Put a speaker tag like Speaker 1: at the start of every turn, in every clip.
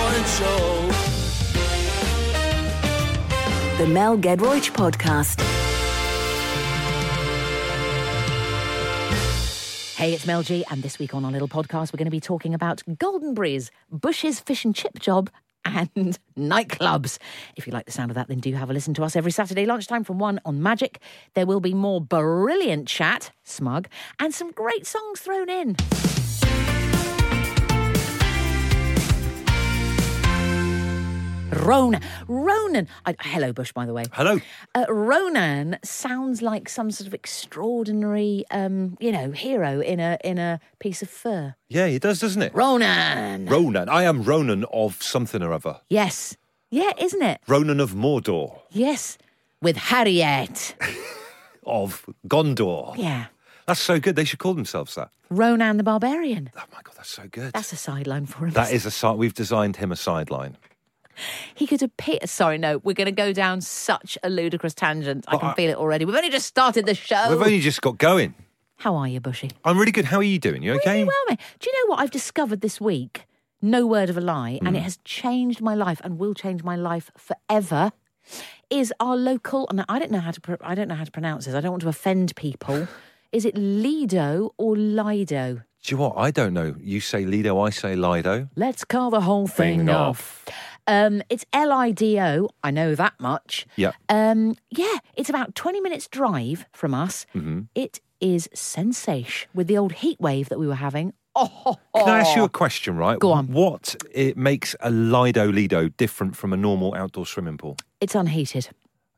Speaker 1: show.
Speaker 2: The Mel Gedroych Podcast. Hey, it's Mel G, and this week on our little podcast, we're going to be talking about Goldenberry's, Bush's fish and chip job, and nightclubs. If you like the sound of that, then do have a listen to us every Saturday lunchtime from 1 on Magic. There will be more brilliant chat, smug, and some great songs thrown in. Ronan. Ronan. I, hello, Bush, by the way.
Speaker 1: Hello.
Speaker 2: Uh, Ronan sounds like some sort of extraordinary, um, you know, hero in a in a piece of fur.
Speaker 1: Yeah, he does, doesn't it?
Speaker 2: Ronan.
Speaker 1: Ronan. I am Ronan of something or other.
Speaker 2: yes. Yeah, isn't it?
Speaker 1: Ronan of Mordor,
Speaker 2: Yes. With Harriet.
Speaker 1: of Gondor.
Speaker 2: Yeah.
Speaker 1: That's so good. They should call themselves that.
Speaker 2: Ronan the Barbarian.
Speaker 1: Oh my God, that's so good.
Speaker 2: That's a sideline for him.
Speaker 1: that is a side. We've designed him a sideline.
Speaker 2: He could appear. Sorry, no. We're going to go down such a ludicrous tangent. I
Speaker 1: But
Speaker 2: can
Speaker 1: I-
Speaker 2: feel it already. We've only just started the show.
Speaker 1: We've only just got going.
Speaker 2: How are you, Bushy?
Speaker 1: I'm really good. How are you doing? You okay?
Speaker 2: Really well, mate. Do you know what I've discovered this week? No word of a lie, and it has changed my life and will change my life forever. Is our local? And I don't know how to. Pro- I don't know how to pronounce this. I don't want to offend people. Is it Lido or Lido?
Speaker 1: Do you know what? I don't know. You say Lido, I say Lido.
Speaker 2: Let's call the whole thing,
Speaker 1: Thing
Speaker 2: off. Um, it's L I D O. I know that much.
Speaker 1: Yeah.
Speaker 2: Um, yeah, it's about 20 minutes drive from us. It is sensation with the old heat wave that we were having. Oh, ho, ho.
Speaker 1: Can I ask you a question, right?
Speaker 2: Go on.
Speaker 1: What it makes a Lido Lido different from a normal outdoor swimming pool?
Speaker 2: it's unheated.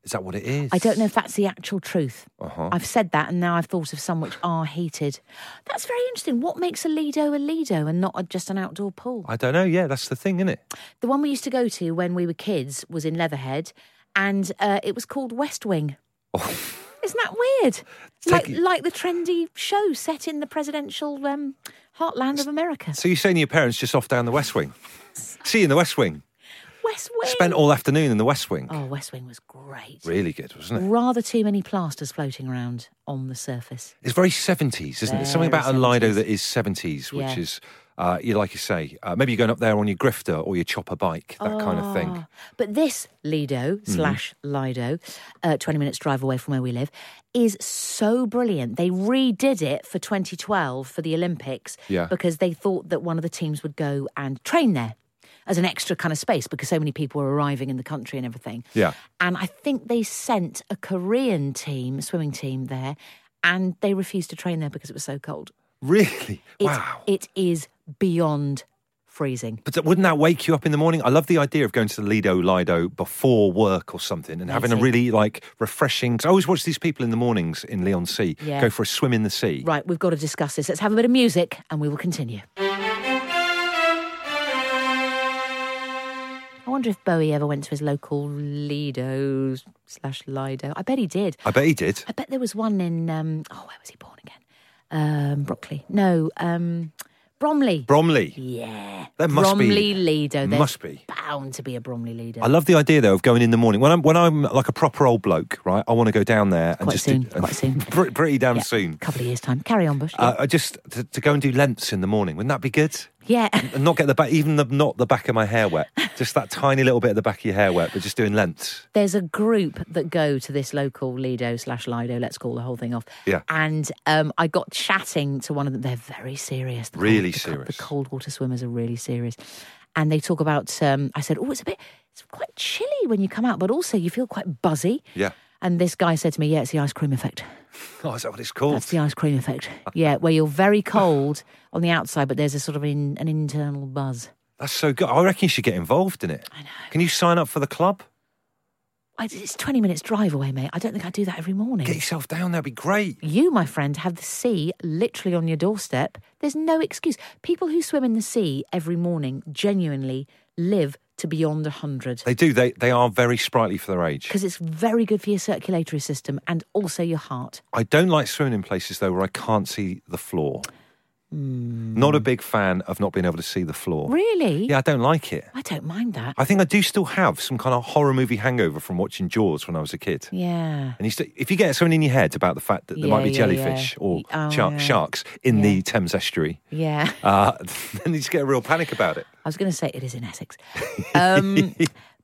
Speaker 1: Is that what it is?
Speaker 2: I don't know if that's the actual truth.
Speaker 1: Uh-huh.
Speaker 2: I've said that and now I've thought of some which are heated. That's very interesting. What makes a Lido a Lido and not a, just an outdoor pool?
Speaker 1: I don't know. Yeah, that's the thing, isn't it?
Speaker 2: The one we used to go to when we were kids was in Leatherhead, and uh, it was called West Wing. Isn't that weird? Like,
Speaker 1: Oh. Take it-
Speaker 2: like the trendy show set in the presidential um, heartland of America.
Speaker 1: So you're saying your parents just off down the West Wing? See you in the West Wing.
Speaker 2: West Wing.
Speaker 1: Spent all afternoon in the West Wing.
Speaker 2: oh, West Wing was great.
Speaker 1: Really good, wasn't it?
Speaker 2: Rather too many plasters floating around on the surface.
Speaker 1: It's very 70s, isn't it?
Speaker 2: Very
Speaker 1: Something about a Lido
Speaker 2: 70s.
Speaker 1: that is 70s, which
Speaker 2: Yeah.
Speaker 1: is, uh, you like you say, uh, maybe you're going up there on your grifter or your chopper bike, that kind of thing. Mm-hmm.
Speaker 2: Ah, But this Lido slash Lido, uh, 20 minutes drive away from where we live, is so brilliant. They redid it for 2012 for the Olympics
Speaker 1: Yeah.
Speaker 2: because they thought that one of the teams would go and train there as an extra kind of space because so many people were arriving in the country and everything.
Speaker 1: Yeah.
Speaker 2: And I think they sent a Korean team, swimming team there, and they refused to train there because it was so cold.
Speaker 1: Really?
Speaker 2: It,
Speaker 1: wow.
Speaker 2: it is beyond freezing.
Speaker 1: But wouldn't that wake you up in the morning? I love the idea of going to the Lido Lido before work or something and having a
Speaker 2: Amazing.
Speaker 1: really like refreshing. 'cause I always watch these people in the mornings in Leon Sea
Speaker 2: Yeah.
Speaker 1: go for a swim in the sea.
Speaker 2: Right, we've got to discuss this. Let's have a bit of music and we will continue. I wonder if Bowie ever went to his local Lido slash Lido. I bet he did.
Speaker 1: I bet he did.
Speaker 2: I bet there was one in, um, oh, where was he born again? Um, Brockley. No, um, Bromley.
Speaker 1: Bromley.
Speaker 2: yeah.
Speaker 1: There must be-
Speaker 2: Bromley Lido. There's
Speaker 1: must be.
Speaker 2: bound to be a Bromley Lido.
Speaker 1: I love the idea though of going in the morning when I'm when I'm like a proper old bloke, right? I want to go down there and
Speaker 2: Quite
Speaker 1: just
Speaker 2: soon,
Speaker 1: do,
Speaker 2: quite soon.
Speaker 1: pre- pretty damn
Speaker 2: Yeah,
Speaker 1: soon.
Speaker 2: couple of years' time. Carry on, Bush.
Speaker 1: Uh, just to, to go and do lengths in the morning, wouldn't that be good?
Speaker 2: yeah.
Speaker 1: And not get the back, even the, not the back of my hair wet, just that tiny little bit of the back of your hair wet, but just doing lengths.
Speaker 2: there's a group that go to this local Lido slash Lido, let's call the whole thing off.
Speaker 1: Yeah.
Speaker 2: And um, I got chatting to one of them. They're very serious. The
Speaker 1: Really
Speaker 2: the co-
Speaker 1: serious.
Speaker 2: the cold water swimmers are really serious. And they talk about, um, I said, oh, it's a bit, it's quite chilly when you come out, but also you feel quite buzzy.
Speaker 1: Yeah.
Speaker 2: And this guy said to me, yeah, it's the ice cream effect.
Speaker 1: Oh, is that what it's called?
Speaker 2: That's the ice cream effect. Yeah, where you're very cold on the outside, but there's a sort of in, an internal buzz.
Speaker 1: That's so good. I reckon you should get involved in it. I know. Can you sign up for the club?
Speaker 2: I, it's 20 minutes drive away, mate. I don't think I do that every morning.
Speaker 1: Get yourself down. That'd be great.
Speaker 2: You, my friend, have the sea literally on your doorstep. There's no excuse. People who swim in the sea every morning genuinely live to beyond 100
Speaker 1: They do. They they are very sprightly for their age.
Speaker 2: because it's very good for your circulatory system and also your heart.
Speaker 1: I don't like swimming in places though where I can't see the floor. Not a big fan of not being able to see the floor.
Speaker 2: Hmm. Really?
Speaker 1: Yeah, I don't like it.
Speaker 2: I don't mind that.
Speaker 1: I think I do still have some kind of horror movie hangover from watching Jaws when I was a kid.
Speaker 2: Yeah.
Speaker 1: And you st- if you get something in your head about the fact that there might
Speaker 2: Yeah,
Speaker 1: be
Speaker 2: yeah,
Speaker 1: jellyfish
Speaker 2: yeah.
Speaker 1: or
Speaker 2: Oh,
Speaker 1: shark-
Speaker 2: yeah.
Speaker 1: sharks in the Thames estuary,
Speaker 2: Yeah.
Speaker 1: uh, then you just get a real panic about it.
Speaker 2: I was going to say it is in Essex. Um,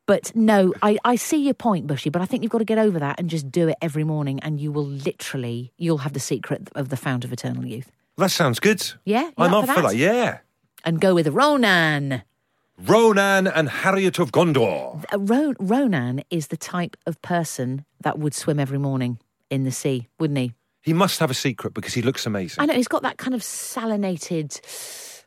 Speaker 2: but no, I, I see your point, Bushy, but I think you've got to get over that and just do it every morning and you will literally, you'll have the secret of the fount of eternal youth.
Speaker 1: That sounds good.
Speaker 2: Yeah, you
Speaker 1: I'm
Speaker 2: up
Speaker 1: up
Speaker 2: for
Speaker 1: for,
Speaker 2: that?
Speaker 1: that. Yeah,
Speaker 2: And go with Ronan.
Speaker 1: Ronan and Harriet of Gondor.
Speaker 2: A Uh, Ro- Ronan is the type of person that would swim every morning in the sea, wouldn't he?
Speaker 1: He must have a secret because he looks amazing.
Speaker 2: I know, he's got that kind of salinated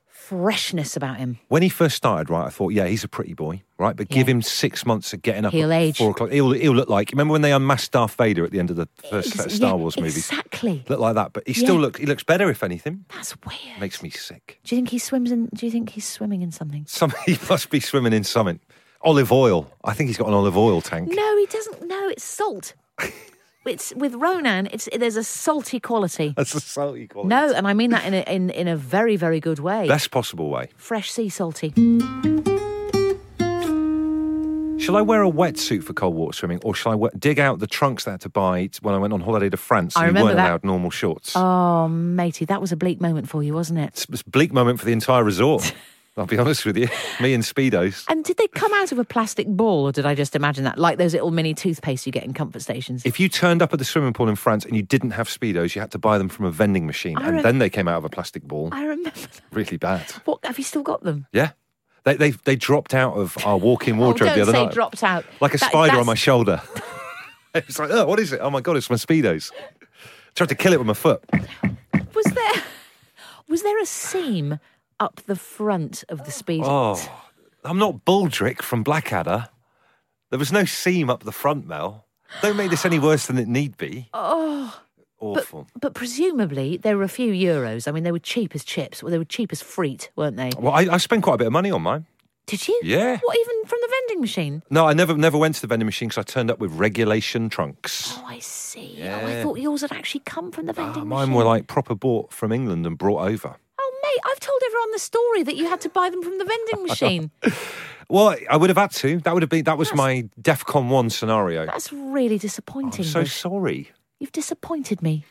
Speaker 2: freshness about him.
Speaker 1: When he first started, right, I thought, yeah, he's a pretty boy, right? But give
Speaker 2: Yeah.
Speaker 1: him six months of getting up
Speaker 2: He'll
Speaker 1: at
Speaker 2: age.
Speaker 1: four o'clock. He'll, he'll look like. Remember when they unmasked Darth Vader at the end of the first
Speaker 2: Ex-
Speaker 1: set of Star
Speaker 2: yeah,
Speaker 1: Wars movies?
Speaker 2: Exactly.
Speaker 1: Look like that, but he still
Speaker 2: Yeah.
Speaker 1: look. He looks better, if anything.
Speaker 2: That's weird.
Speaker 1: Makes me sick.
Speaker 2: do you think he swims in? Do you think he's swimming in something?
Speaker 1: Some he must be swimming in something. Olive oil. I think he's got an olive oil tank.
Speaker 2: No, he doesn't. No, it's salt. it's with Ronan. It's there's a salty quality.
Speaker 1: That's the salty quality.
Speaker 2: No, and I mean that in a in, in a very very good way.
Speaker 1: Best possible way.
Speaker 2: Fresh sea salty.
Speaker 1: Shall I wear a wetsuit for cold water swimming, or shall I we- dig out the trunks that I had to buy t- when I went on holiday to France
Speaker 2: I
Speaker 1: and you
Speaker 2: remember
Speaker 1: weren't
Speaker 2: that.
Speaker 1: allowed normal shorts?
Speaker 2: Oh, matey, that was a bleak moment for you, wasn't it?
Speaker 1: It's it's a bleak moment for the entire resort. I'll be honest with you. Me and Speedos.
Speaker 2: And did they come out of a plastic ball, or did I just imagine that? Like those little mini toothpaste you get in comfort stations.
Speaker 1: If you turned up at the swimming pool in France and you didn't have Speedos, you had to buy them from a vending machine.
Speaker 2: I
Speaker 1: and
Speaker 2: rem-
Speaker 1: then they came out of a plastic ball.
Speaker 2: I remember. That.
Speaker 1: really bad.
Speaker 2: What have you still got them?
Speaker 1: Yeah. They, they, they dropped out of our walk in
Speaker 2: Oh,
Speaker 1: wardrobe
Speaker 2: don't
Speaker 1: the other
Speaker 2: say
Speaker 1: night.
Speaker 2: dropped out.
Speaker 1: like a
Speaker 2: That-
Speaker 1: spider
Speaker 2: that's-
Speaker 1: on my shoulder. it's like, oh, what is it? Oh my God, it's my Speedos. Tried to kill it with my foot.
Speaker 2: Was there was there a seam up the front of the speed?
Speaker 1: Oh, I'm not Baldric from Blackadder. There was no seam up the front, Mel. Don't make this any worse than it need be. Oh, awful.
Speaker 2: But presumably there were a few euros. I mean, they were cheap as chips. Well, they were cheap as freet, weren't they?
Speaker 1: well, I, I spent quite a bit of money on mine.
Speaker 2: Did you?
Speaker 1: Yeah.
Speaker 2: What even from the vending machine?
Speaker 1: No, I never never went to the vending machine because I turned up with regulation trunks.
Speaker 2: Oh, I see. Oh, I thought yours had actually come from the Oh, vending
Speaker 1: Ah,
Speaker 2: machine.
Speaker 1: mine were like proper bought from England and brought over.
Speaker 2: Oh, mate, I've told everyone the story that you had to buy them from the vending machine.
Speaker 1: Well, I would have had to. That would have been that was my DEFCON one scenario.
Speaker 2: That's really
Speaker 1: I'm
Speaker 2: disappointing.
Speaker 1: so
Speaker 2: Bush.
Speaker 1: sorry.
Speaker 2: You've disappointed me.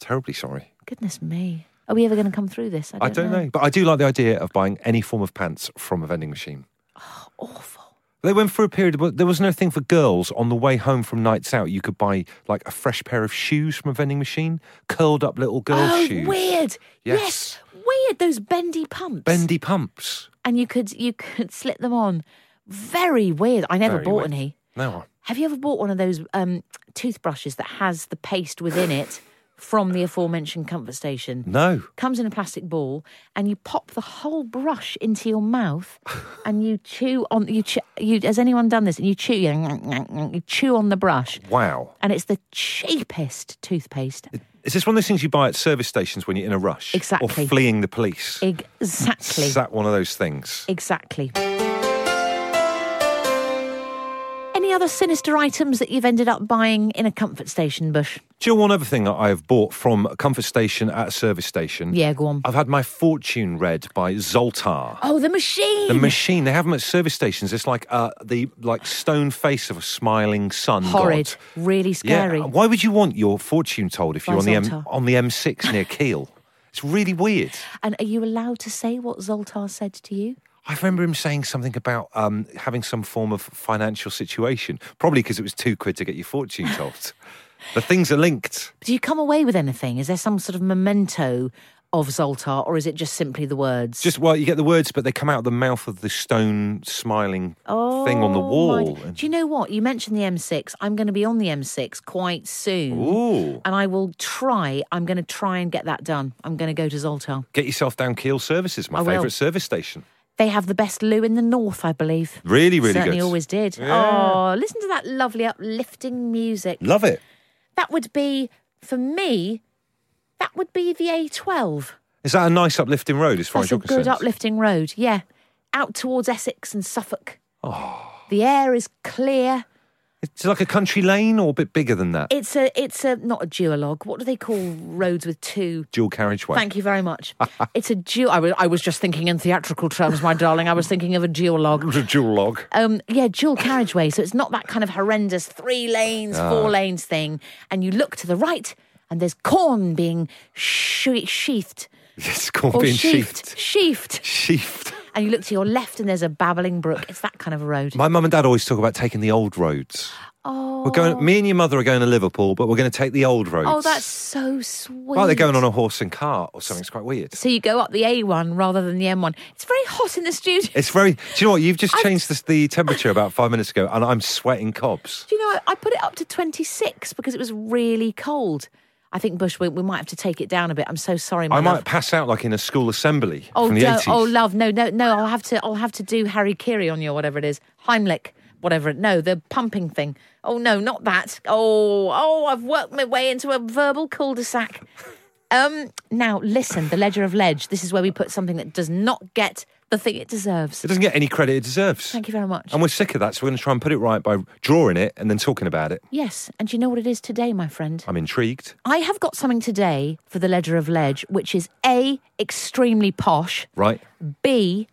Speaker 1: Terribly sorry.
Speaker 2: Goodness me. Are we ever going to come through this? I don't,
Speaker 1: I don't know. But I do like the idea of buying any form of pants from a vending machine.
Speaker 2: Awful.
Speaker 1: They went through a period where there was no thing for girls on the way home from nights out. You could buy like a fresh pair of shoes from a vending machine, curled up little girl
Speaker 2: oh,
Speaker 1: shoes.
Speaker 2: weird.
Speaker 1: Yes.
Speaker 2: weird. Those bendy pumps.
Speaker 1: Bendy pumps.
Speaker 2: and you could you could slit them on. Very weird. I never
Speaker 1: Very
Speaker 2: bought
Speaker 1: weird.
Speaker 2: any.
Speaker 1: No.
Speaker 2: Have you ever bought one of those um, toothbrushes that has the paste within it from the aforementioned comfort station?
Speaker 1: No.
Speaker 2: Comes in a plastic ball, and you pop the whole brush into your mouth, and you chew on you. Chew, you has anyone done this? And you chew, you, you chew on the brush,
Speaker 1: Wow.
Speaker 2: and it's the cheapest toothpaste.
Speaker 1: Is this one of those things you buy at service stations when you're in a rush? Or
Speaker 2: Exactly.
Speaker 1: fleeing the police?
Speaker 2: Exactly.
Speaker 1: Is that one of those things?
Speaker 2: Exactly. Any other sinister items that you've ended up buying in a comfort station, Bush?
Speaker 1: Do you know one other thing that I have bought from a comfort station at a service station?
Speaker 2: Yeah, go on.
Speaker 1: I've had my fortune read by Zoltar.
Speaker 2: Oh, the machine!
Speaker 1: The machine they have them at service stations. It's like uh, the like stone face of a smiling sun.
Speaker 2: Horrid.
Speaker 1: god.
Speaker 2: Really scary.
Speaker 1: Yeah. uh, Why would you want your fortune told if
Speaker 2: By
Speaker 1: you're on the M-
Speaker 2: Zoltar.
Speaker 1: on the M6 near Kiel? It's really weird.
Speaker 2: And are you allowed to say what Zoltar said to you?
Speaker 1: I remember him saying something about um, having some form of financial situation, probably because it was two quid to get your fortune told. the things are linked.
Speaker 2: Do you come away with anything? Is there some sort of memento of Zoltar, or is it just simply the words?
Speaker 1: Just well, you get the words, but they come out of the mouth of the stone smiling thing on the
Speaker 2: Oh, my
Speaker 1: wall.
Speaker 2: d-
Speaker 1: And-
Speaker 2: Do you know what? You mentioned the M6. I'm going to be on the M6 quite soon.
Speaker 1: Ooh.
Speaker 2: And I will try, I'm going to try and get that done. I'm going to go to Zoltar.
Speaker 1: Get yourself down Kiel Services, my
Speaker 2: I will.
Speaker 1: favourite service station.
Speaker 2: They have the best loo in the north, I believe.
Speaker 1: Really, really
Speaker 2: Certainly
Speaker 1: good.
Speaker 2: always did. Oh, listen to that lovely uplifting music.
Speaker 1: Love it.
Speaker 2: That would be for me. That would be the A12.
Speaker 1: Is that a nice uplifting road as far
Speaker 2: That's
Speaker 1: as
Speaker 2: a
Speaker 1: you're concerned?
Speaker 2: good uplifting road. Yeah, out towards Essex and Suffolk. Oh. The air is clear.
Speaker 1: It's like a country lane or a bit bigger than that.
Speaker 2: It's a it's a not a duologue. What do they call roads with two?
Speaker 1: Dual carriageway.
Speaker 2: Thank you very much. it's a dual. I was I was just thinking in theatrical terms, my darling. I was thinking of a duologue.
Speaker 1: It's a dual log.
Speaker 2: Um, yeah, dual carriageway. So it's not that kind of horrendous three lanes, four lanes thing. And you look to the right, and there's corn being she- sheathed
Speaker 1: It's called
Speaker 2: or
Speaker 1: being
Speaker 2: sheathed,
Speaker 1: sheathed.
Speaker 2: sheathed.
Speaker 1: Sheathed.
Speaker 2: And you look to your left, and there's a babbling brook. It's that kind of a road.
Speaker 1: My mum and dad always talk about taking the old roads. Oh. We're going, me and your mother are going to Liverpool, but we're going to take the old roads.
Speaker 2: Oh, that's so sweet.
Speaker 1: Like they're going on a horse and cart or something. It's quite weird.
Speaker 2: So you go up the A1 rather than the M1. It's very hot in the studio.
Speaker 1: It's very. Do you know what? You've just changed this, the temperature about five minutes ago, and I'm sweating cobs.
Speaker 2: Do you know, I, I put it up to 26 because it was really cold. I think, Bush, we, we might have to take it down a bit. I'm so sorry, my
Speaker 1: I might
Speaker 2: love.
Speaker 1: pass out like in a school assembly
Speaker 2: Oh,
Speaker 1: from the
Speaker 2: no,
Speaker 1: 80s.
Speaker 2: oh, love, no, no, no. I'll have to, I'll have to do Harry Kiri on you or whatever it is, Heimlich, whatever it. No, the pumping thing. Oh no, not that. Oh, oh, I've worked my way into a verbal cul-de-sac. Um, now listen, the ledger of ledge. This is where we put something that does not get the thing it deserves.
Speaker 1: It doesn't get any credit it deserves.
Speaker 2: Thank you very much.
Speaker 1: And we're sick of that, so we're going to try and put it right by drawing it and then talking about it.
Speaker 2: Yes, and do you know what it is today, my friend?
Speaker 1: I'm intrigued.
Speaker 2: I have got something today for the Ledger of Ledge, which is A, extremely posh,
Speaker 1: Right?
Speaker 2: B,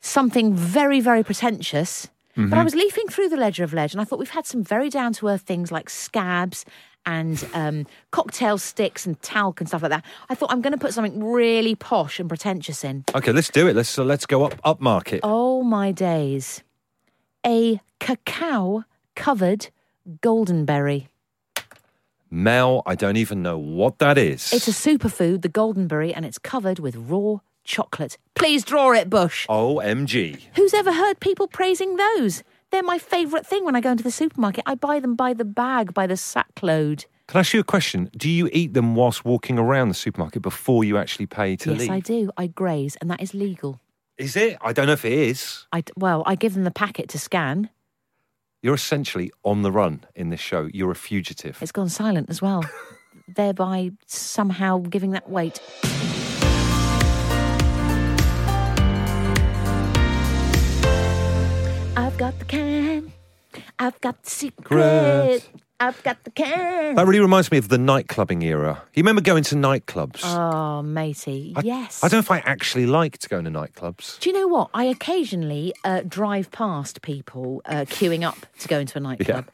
Speaker 2: something very, very pretentious. But I was leafing through the Ledger of Ledge and I thought we've had some very down to earth things like scabs and um, cocktail sticks and talc and stuff like that. I thought I'm going to put something really posh and pretentious in.
Speaker 1: Okay, let's do it. Let's so let's go up up market.
Speaker 2: Oh my days. A cacao covered goldenberry.
Speaker 1: Mel, I don't even know what that is.
Speaker 2: It's a superfood, the goldenberry, and it's covered with raw chocolate. Please draw it, Bush.
Speaker 1: OMG.
Speaker 2: Who's ever heard people praising those? They're my favourite thing when I go into the supermarket. I buy them by the bag, by the sackload.
Speaker 1: Can I ask you a question? Do you eat them whilst walking around the supermarket before you actually pay to
Speaker 2: yes,
Speaker 1: leave?
Speaker 2: I do. I graze, and that is legal.
Speaker 1: Is it? I don't know if it is.
Speaker 2: I d- well, I give them the packet to scan.
Speaker 1: You're essentially on the run in this show. You're a fugitive.
Speaker 2: It's gone silent as well, thereby somehow giving that weight. I've got the can. I've got the secret.
Speaker 1: Great.
Speaker 2: I've got the can.
Speaker 1: That really reminds me of the nightclubbing era. You remember going to nightclubs?
Speaker 2: Oh, matey. yes.
Speaker 1: I don't know if I actually liked going to nightclubs.
Speaker 2: Do you know what? I occasionally uh, drive past people uh, queuing up to go into a nightclub.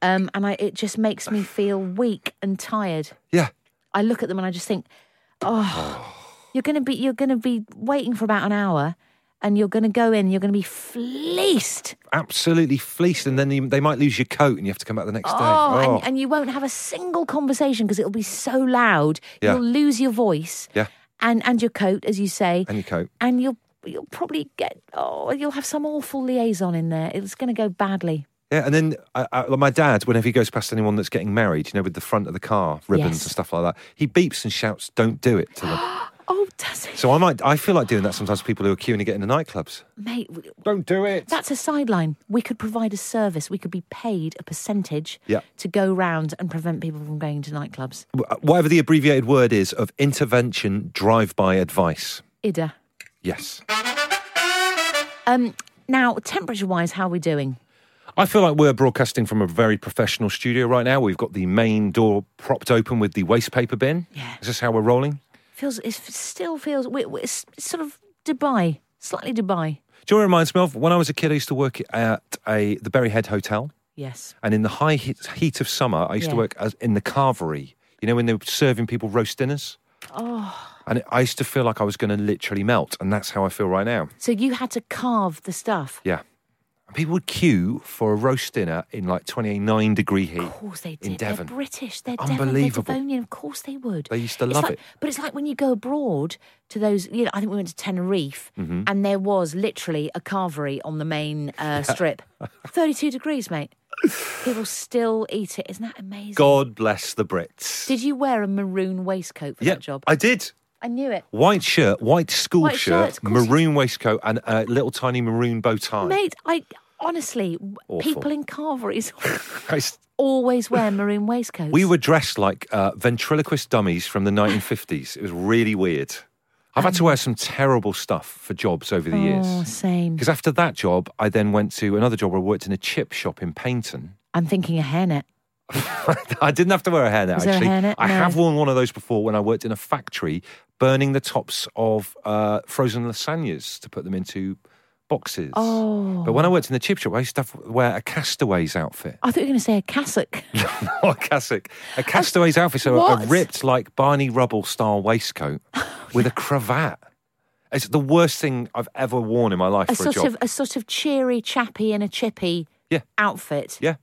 Speaker 2: Um, and I, it just makes me feel weak and tired.
Speaker 1: Yeah.
Speaker 2: I look at them and I just think, oh, you're going to be you're going to be waiting for about an hour, and you're going to go in, you're going to be fleeced,
Speaker 1: Absolutely fleeced, and then you, they might lose your coat, and you have to come back the next day.
Speaker 2: oh, And, and you won't have a single conversation because it'll be so loud,
Speaker 1: Yeah.
Speaker 2: you'll lose your voice,
Speaker 1: Yeah.
Speaker 2: and and your coat, as you say,
Speaker 1: And your coat.
Speaker 2: and you'll you'll probably get oh, you'll have some awful liaison in there. It's going to go badly.
Speaker 1: Yeah, and then I, I, like my dad, whenever he goes past anyone that's getting married, you know, with the front of the car ribbons
Speaker 2: Yes.
Speaker 1: and stuff like that, he beeps and shouts, "Don't do it!" to them.
Speaker 2: Oh, does it,
Speaker 1: so I might, I feel like doing that sometimes. to People who are queuing to get into nightclubs.
Speaker 2: mate?
Speaker 1: Don't do it.
Speaker 2: That's a sideline. We could provide a service. We could be paid a percentage
Speaker 1: Yeah.
Speaker 2: to go round and prevent people from going to nightclubs.
Speaker 1: Wh- uh, Whatever the abbreviated word is of intervention drive-by advice.
Speaker 2: Ida.
Speaker 1: Yes,
Speaker 2: Um, now, temperature wise, how are we doing?
Speaker 1: I feel like we're broadcasting from a very professional studio right now. We've got the main door propped open with the waste paper bin.
Speaker 2: Yeah.
Speaker 1: Is this how we're rolling?
Speaker 2: Feels it still feels we we- it's sort of Dubai, slightly Dubai.
Speaker 1: Do you know what it reminds me of? When I was a kid, I used to work at a the Berry Head Hotel.
Speaker 2: Yes.
Speaker 1: And in the high heat, heat of summer, I used to
Speaker 2: Yeah.
Speaker 1: work as, in the carvery. You know, when they were serving people roast dinners. Oh. And I used to feel like I was going to literally melt, and that's how I feel right now.
Speaker 2: So you had to carve the stuff.
Speaker 1: Yeah. And people would queue for a roast dinner in like 29 degree heat.
Speaker 2: Of course they did.
Speaker 1: In Devon.
Speaker 2: They're British. They're
Speaker 1: Unbelievable.
Speaker 2: Devon. They're Devonian. Of course they would.
Speaker 1: They used to
Speaker 2: It's
Speaker 1: love
Speaker 2: like-
Speaker 1: it.
Speaker 2: But it's like when you go abroad to those. You know, I think we went to Tenerife,
Speaker 1: Mm-hmm.
Speaker 2: and there was literally a carvery on the main uh, strip. Thirty-two degrees, mate. People still eat it. Isn't that amazing?
Speaker 1: God bless the Brits.
Speaker 2: Did you wear a maroon waistcoat for
Speaker 1: yeah,
Speaker 2: that job?
Speaker 1: I did.
Speaker 2: I knew it.
Speaker 1: White shirt, white school
Speaker 2: White
Speaker 1: shirt,
Speaker 2: shirt, of course.
Speaker 1: maroon waistcoat, and a little tiny maroon bow tie.
Speaker 2: Mate, I honestly, w
Speaker 1: Awful.
Speaker 2: people in carveries
Speaker 1: I s-
Speaker 2: always wear maroon waistcoats.
Speaker 1: We were dressed like uh, ventriloquist dummies from the 1950s. It was really weird. I've had to wear some terrible stuff for jobs over the
Speaker 2: oh,
Speaker 1: years.
Speaker 2: same.
Speaker 1: Because after that job, I then went to another job where I worked in a chip shop in Paynton.
Speaker 2: I'm thinking a hairnet.
Speaker 1: I didn't have to wear a hairnet,
Speaker 2: Was there a
Speaker 1: actually.
Speaker 2: hairnet?
Speaker 1: I
Speaker 2: No.
Speaker 1: have worn one of those before when I worked in a factory burning the tops of uh, frozen lasagnas to put them into boxes.
Speaker 2: Oh.
Speaker 1: But when I worked in the chip shop, I used to have to wear a castaways outfit.
Speaker 2: I thought you were going to say a cassock.
Speaker 1: or a cassock. A castaways outfit, so
Speaker 2: What?
Speaker 1: a ripped, like Barney Rubble style waistcoat with a cravat. It's the worst thing I've ever worn in my life
Speaker 2: a
Speaker 1: for a
Speaker 2: sort
Speaker 1: job.
Speaker 2: of a sort of cheery chappy in a chippy
Speaker 1: Yeah.
Speaker 2: outfit.
Speaker 1: Yeah.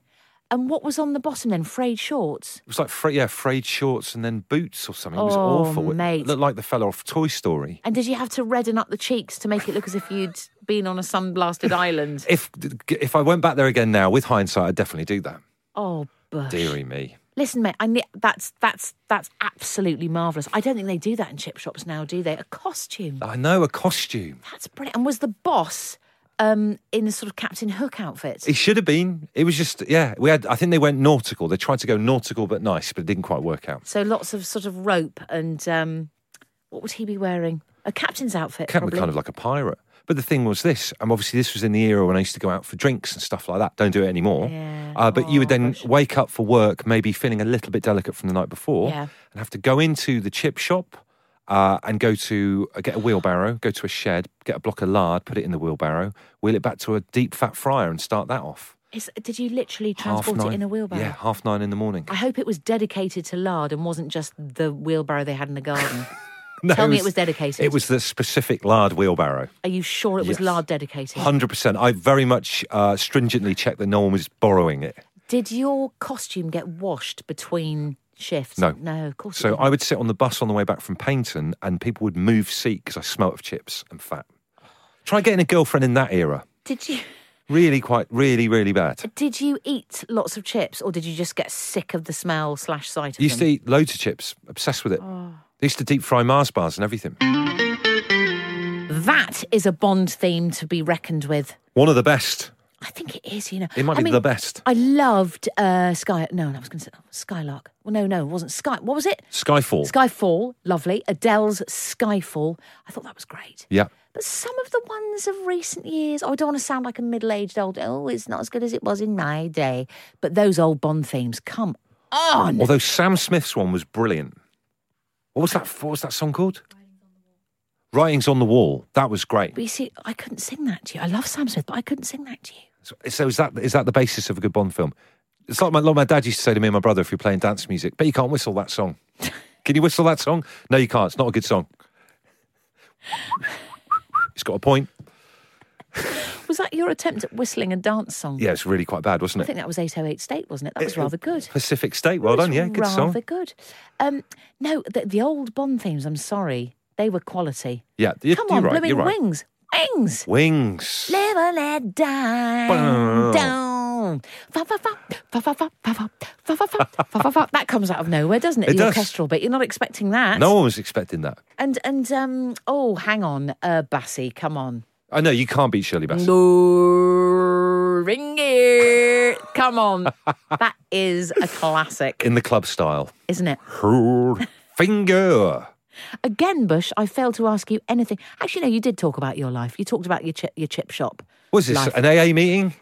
Speaker 2: And what was on the bottom then? Frayed shorts.
Speaker 1: It was like fra- yeah, frayed shorts and then boots or something. It was
Speaker 2: Oh,
Speaker 1: awful. It
Speaker 2: mate.
Speaker 1: looked like the fella off Toy Story.
Speaker 2: And did you have to redden up the cheeks to make it look as if you'd been on a sunblasted island?
Speaker 1: If if I went back there again now, with hindsight, I'd definitely do that.
Speaker 2: Oh, Bush.
Speaker 1: Deary me.
Speaker 2: Listen, mate, I ne- that's that's that's absolutely marvellous. I don't think they do that in chip shops now, do they? A costume.
Speaker 1: I know a costume.
Speaker 2: That's brilliant. And was the boss um, in a sort of Captain Hook outfit?
Speaker 1: It should have been. It was just yeah. We had. I think they went nautical. They tried to go nautical but nice, but it didn't quite work out.
Speaker 2: So lots of sort of rope and um, what would he be wearing? A captain's outfit.
Speaker 1: Kept me
Speaker 2: probably.
Speaker 1: kind of like a pirate. But the thing was this, and obviously this was in the era when I used to go out for drinks and stuff like that. Don't do it anymore.
Speaker 2: Yeah.
Speaker 1: Uh, but you would
Speaker 2: Oh,
Speaker 1: then wake up for work, maybe feeling a little bit delicate from the night before,
Speaker 2: Yeah.
Speaker 1: and have to go into the chip shop uh, and go to uh, get a wheelbarrow, go to a shed, get a block of lard, put it in the wheelbarrow, wheel it back to a deep fat fryer, and start that off.
Speaker 2: Is, did you literally
Speaker 1: Half
Speaker 2: transport
Speaker 1: nine-
Speaker 2: it in a wheelbarrow? Ah,
Speaker 1: Yeah, half nine in the morning.
Speaker 2: I hope it was dedicated to lard and wasn't just the wheelbarrow they had in the garden.
Speaker 1: No,
Speaker 2: Tell me it was dedicated.
Speaker 1: It was the specific lard wheelbarrow.
Speaker 2: Are you sure it was
Speaker 1: Yes.
Speaker 2: lard dedicated?
Speaker 1: 100%. I very much uh, stringently checked that no one was borrowing it.
Speaker 2: Did your costume get washed between shifts?
Speaker 1: No.
Speaker 2: No, of course it
Speaker 1: So
Speaker 2: didn't.
Speaker 1: I would sit on the bus on the way back from Payton and people would move seat because I smelt of chips and fat. Try getting a girlfriend in that era.
Speaker 2: Did you
Speaker 1: Really quite, really, really bad.
Speaker 2: did you eat lots of chips or did you just get sick of the smell slash sight of
Speaker 1: used to
Speaker 2: them?
Speaker 1: eat loads of chips, obsessed with it. They used to deep fry Mars bars and everything.
Speaker 2: That is a Bond theme to be reckoned with.
Speaker 1: One of the best.
Speaker 2: I think it is, you know.
Speaker 1: It might
Speaker 2: I
Speaker 1: be
Speaker 2: mean,
Speaker 1: the best.
Speaker 2: I loved uh, Sky. No, no, I was going to say Skylark. Well, no, no, it wasn't Sky. What was it?
Speaker 1: Skyfall.
Speaker 2: Skyfall, lovely. Adele's Skyfall. I thought that was great.
Speaker 1: yeah.
Speaker 2: But some of the ones of recent years, oh, I don't want to sound like a middle aged old, oh, it's not as good as it was in my day. But those old Bond themes, come on.
Speaker 1: Although Sam Smith's one was brilliant. What was that? What was that song called? Writings on the Wall. That was great.
Speaker 2: But you see, I couldn't sing that to you. I love Sam Smith, but I couldn't sing that to you.
Speaker 1: So, so is that is that the basis of a good Bond film? It's like my, like my dad used to say to me and my brother if you're playing dance music, but you can't whistle that song. Can you whistle that song? No, you can't. It's not a good song. it's got a point.
Speaker 2: Was that your attempt at whistling a dance song?
Speaker 1: Yeah, it's really quite bad,
Speaker 2: I
Speaker 1: wasn't it?
Speaker 2: think that was 808 State, wasn't it? That was
Speaker 1: It- it-
Speaker 2: rather good.
Speaker 1: Pacific State. Well
Speaker 2: That
Speaker 1: done.
Speaker 2: was
Speaker 1: Yeah, good
Speaker 2: rather
Speaker 1: song.
Speaker 2: good. Um, no, the, the old Bond themes, I'm sorry, they were quality.
Speaker 1: Yeah, you're,
Speaker 2: Come
Speaker 1: you're
Speaker 2: on,
Speaker 1: right.
Speaker 2: blooming
Speaker 1: you're right.
Speaker 2: wings. Wings.
Speaker 1: Wings.
Speaker 2: Live and let die.
Speaker 1: Boom.
Speaker 2: Down. Fa, fa, fa, fa, fa, fa, fa, fa, fa, fa, fa, fa, fa, fa. That comes out of nowhere, doesn't it?
Speaker 1: It
Speaker 2: the
Speaker 1: does.
Speaker 2: orchestral bit. You're not expecting that.
Speaker 1: No one was expecting that.
Speaker 2: And and um oh, hang on, uh Bassie, come on.
Speaker 1: I know you can't beat Shirley Bassey.
Speaker 2: Ring it. Come on. that is a classic,
Speaker 1: In the club style.
Speaker 2: isn't it?
Speaker 1: Her finger.
Speaker 2: Again, Bush, I failed to ask you anything. Actually, no, you did talk about your life. You talked about your chip, your chip shop.
Speaker 1: Was this
Speaker 2: life.
Speaker 1: an AA meeting?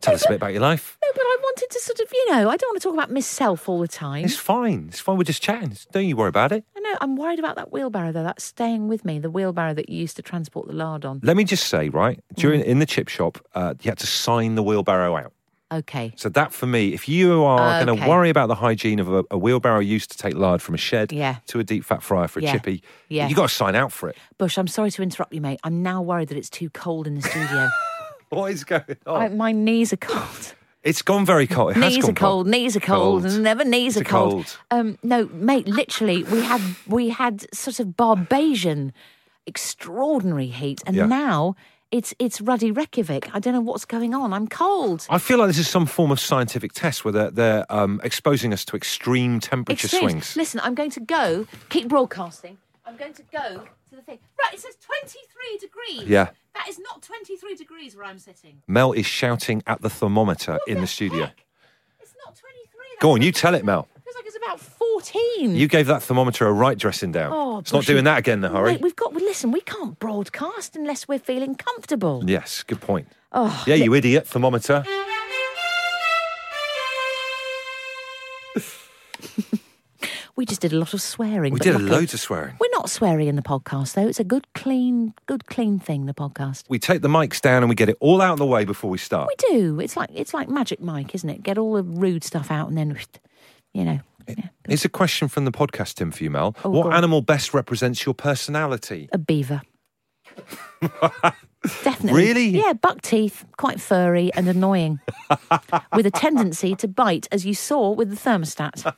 Speaker 1: Tell us a bit about your life.
Speaker 2: No, but I wanted to sort of, you know, I don't want to talk about Miss Self all the time.
Speaker 1: It's fine. It's fine. We're just chatting. Don't you worry about it.
Speaker 2: I know. I'm worried about that wheelbarrow though. That's staying with me. The wheelbarrow that you used to transport the lard on.
Speaker 1: Let me just say, right
Speaker 2: Mm.
Speaker 1: during in the chip shop, uh, you had to sign the wheelbarrow out.
Speaker 2: Okay.
Speaker 1: So that for me, if you are going
Speaker 2: Oh, Okay.
Speaker 1: to worry about the hygiene of a, a wheelbarrow used to take lard from a shed
Speaker 2: Yeah.
Speaker 1: to a deep fat fryer for a
Speaker 2: Yeah.
Speaker 1: chippy,
Speaker 2: Yeah.
Speaker 1: you got to sign out for it.
Speaker 2: Bush, I'm sorry to interrupt you, mate. I'm now worried that it's too cold in the studio.
Speaker 1: What is going on?
Speaker 2: I, my knees are cold.
Speaker 1: it's gone very cold. It has
Speaker 2: knees are
Speaker 1: gone
Speaker 2: cold. Knees are cold.
Speaker 1: Cold.
Speaker 2: Never knees
Speaker 1: It's
Speaker 2: are
Speaker 1: a
Speaker 2: cold.
Speaker 1: cold.
Speaker 2: Um, no, mate. Literally, we had we had sort of Barbadian, extraordinary heat, and
Speaker 1: Yeah.
Speaker 2: now it's it's ruddy Reykjavik. I don't know what's going on. I'm cold.
Speaker 1: I feel like this is some form of scientific test where they're, they're um, exposing us to extreme temperature
Speaker 2: Extremes.
Speaker 1: swings.
Speaker 2: Listen, I'm going to go, keep broadcasting. I'm going to go to the thing. Right, it says 23 degrees.
Speaker 1: Yeah.
Speaker 2: That is not 23 degrees where I'm sitting.
Speaker 1: Mel is shouting at the thermometer in the,
Speaker 2: heck?
Speaker 1: studio.
Speaker 2: It's not 23.
Speaker 1: Go
Speaker 2: That's
Speaker 1: on, you
Speaker 2: like-
Speaker 1: tell it, Mel.
Speaker 2: Feels like it's about 14.
Speaker 1: You gave that thermometer a right dressing down.
Speaker 2: Mm. Oh,
Speaker 1: it's not
Speaker 2: Bushy.
Speaker 1: doing that again in a hurry.
Speaker 2: Wait, we've got, well, listen, we can't broadcast unless we're feeling comfortable.
Speaker 1: Yes, good point.
Speaker 2: Oh,
Speaker 1: Yeah, you idiot thermometer.
Speaker 2: we just did a lot of swearing.
Speaker 1: We
Speaker 2: but
Speaker 1: did a
Speaker 2: luckily-
Speaker 1: load of swearing.
Speaker 2: We're not swearing in the podcast, though. It's a good, clean, good, clean thing. The podcast.
Speaker 1: We take the mics down and we get it all out of the way before we start.
Speaker 2: We do. It's like it's like Magic Mike, isn't it? Get all the rude stuff out, and then, you know, yeah,
Speaker 1: It's a question from the podcast, Tim for you, Mel. what
Speaker 2: Oh, go on.
Speaker 1: animal best represents your personality?
Speaker 2: a beaver. Definitely.
Speaker 1: Really?
Speaker 2: Yeah, buck teeth, quite furry and annoying, with a tendency to bite, as you saw with the thermostat.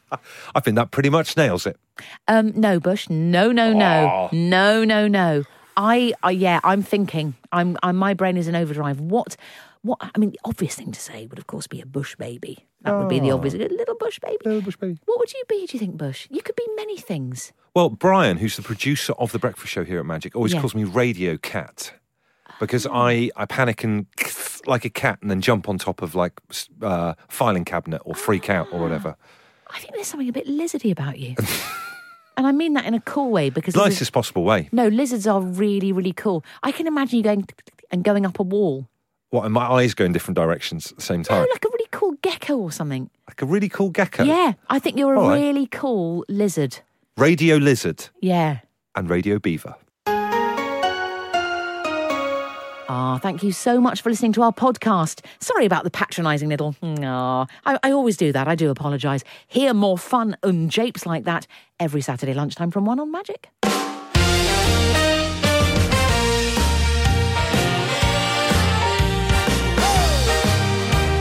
Speaker 1: I think that pretty much nails it.
Speaker 2: Um, no, Bush. No, no, no, no, no, no. I, I, yeah, I'm thinking. I'm, I'm. My brain is in overdrive. What, what? I mean, the obvious thing to say would, of course, be a Bush baby. That would be the obvious. A little Bush baby. What would you be? Do you think, Bush? You could be many things.
Speaker 1: Well, Brian, who's the producer of The Breakfast Show here at Magic, always
Speaker 2: Yeah. Oh.
Speaker 1: calls me Radio Cat because I, I panic and like a cat and then jump on top of like s- uh, filing cabinet or freak out or whatever.
Speaker 2: I think there's something a bit lizardy about you, and I mean that in a cool way because lizards-
Speaker 1: Nicest possible way.
Speaker 2: no, lizards are really, really cool. I can imagine you going and going up a wall.
Speaker 1: What, and my eyes go in different directions at the same
Speaker 2: Oh,
Speaker 1: time.
Speaker 2: like a really cool gecko or something.
Speaker 1: Like a really cool gecko.
Speaker 2: Yeah, I think you're a
Speaker 1: All right.
Speaker 2: really cool lizard.
Speaker 1: Radio Lizard
Speaker 2: Yeah.
Speaker 1: and Radio Beaver.
Speaker 2: Ah, thank you so much for listening to our podcast. Sorry about the patronising little. No, I, I always do that. I do apologise. Hear more fun and japes like that every Saturday lunchtime from one on Magic.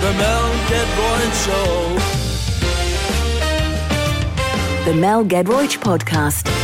Speaker 3: The Mel Gedroin Show.
Speaker 4: The Mel Gedroych Podcast.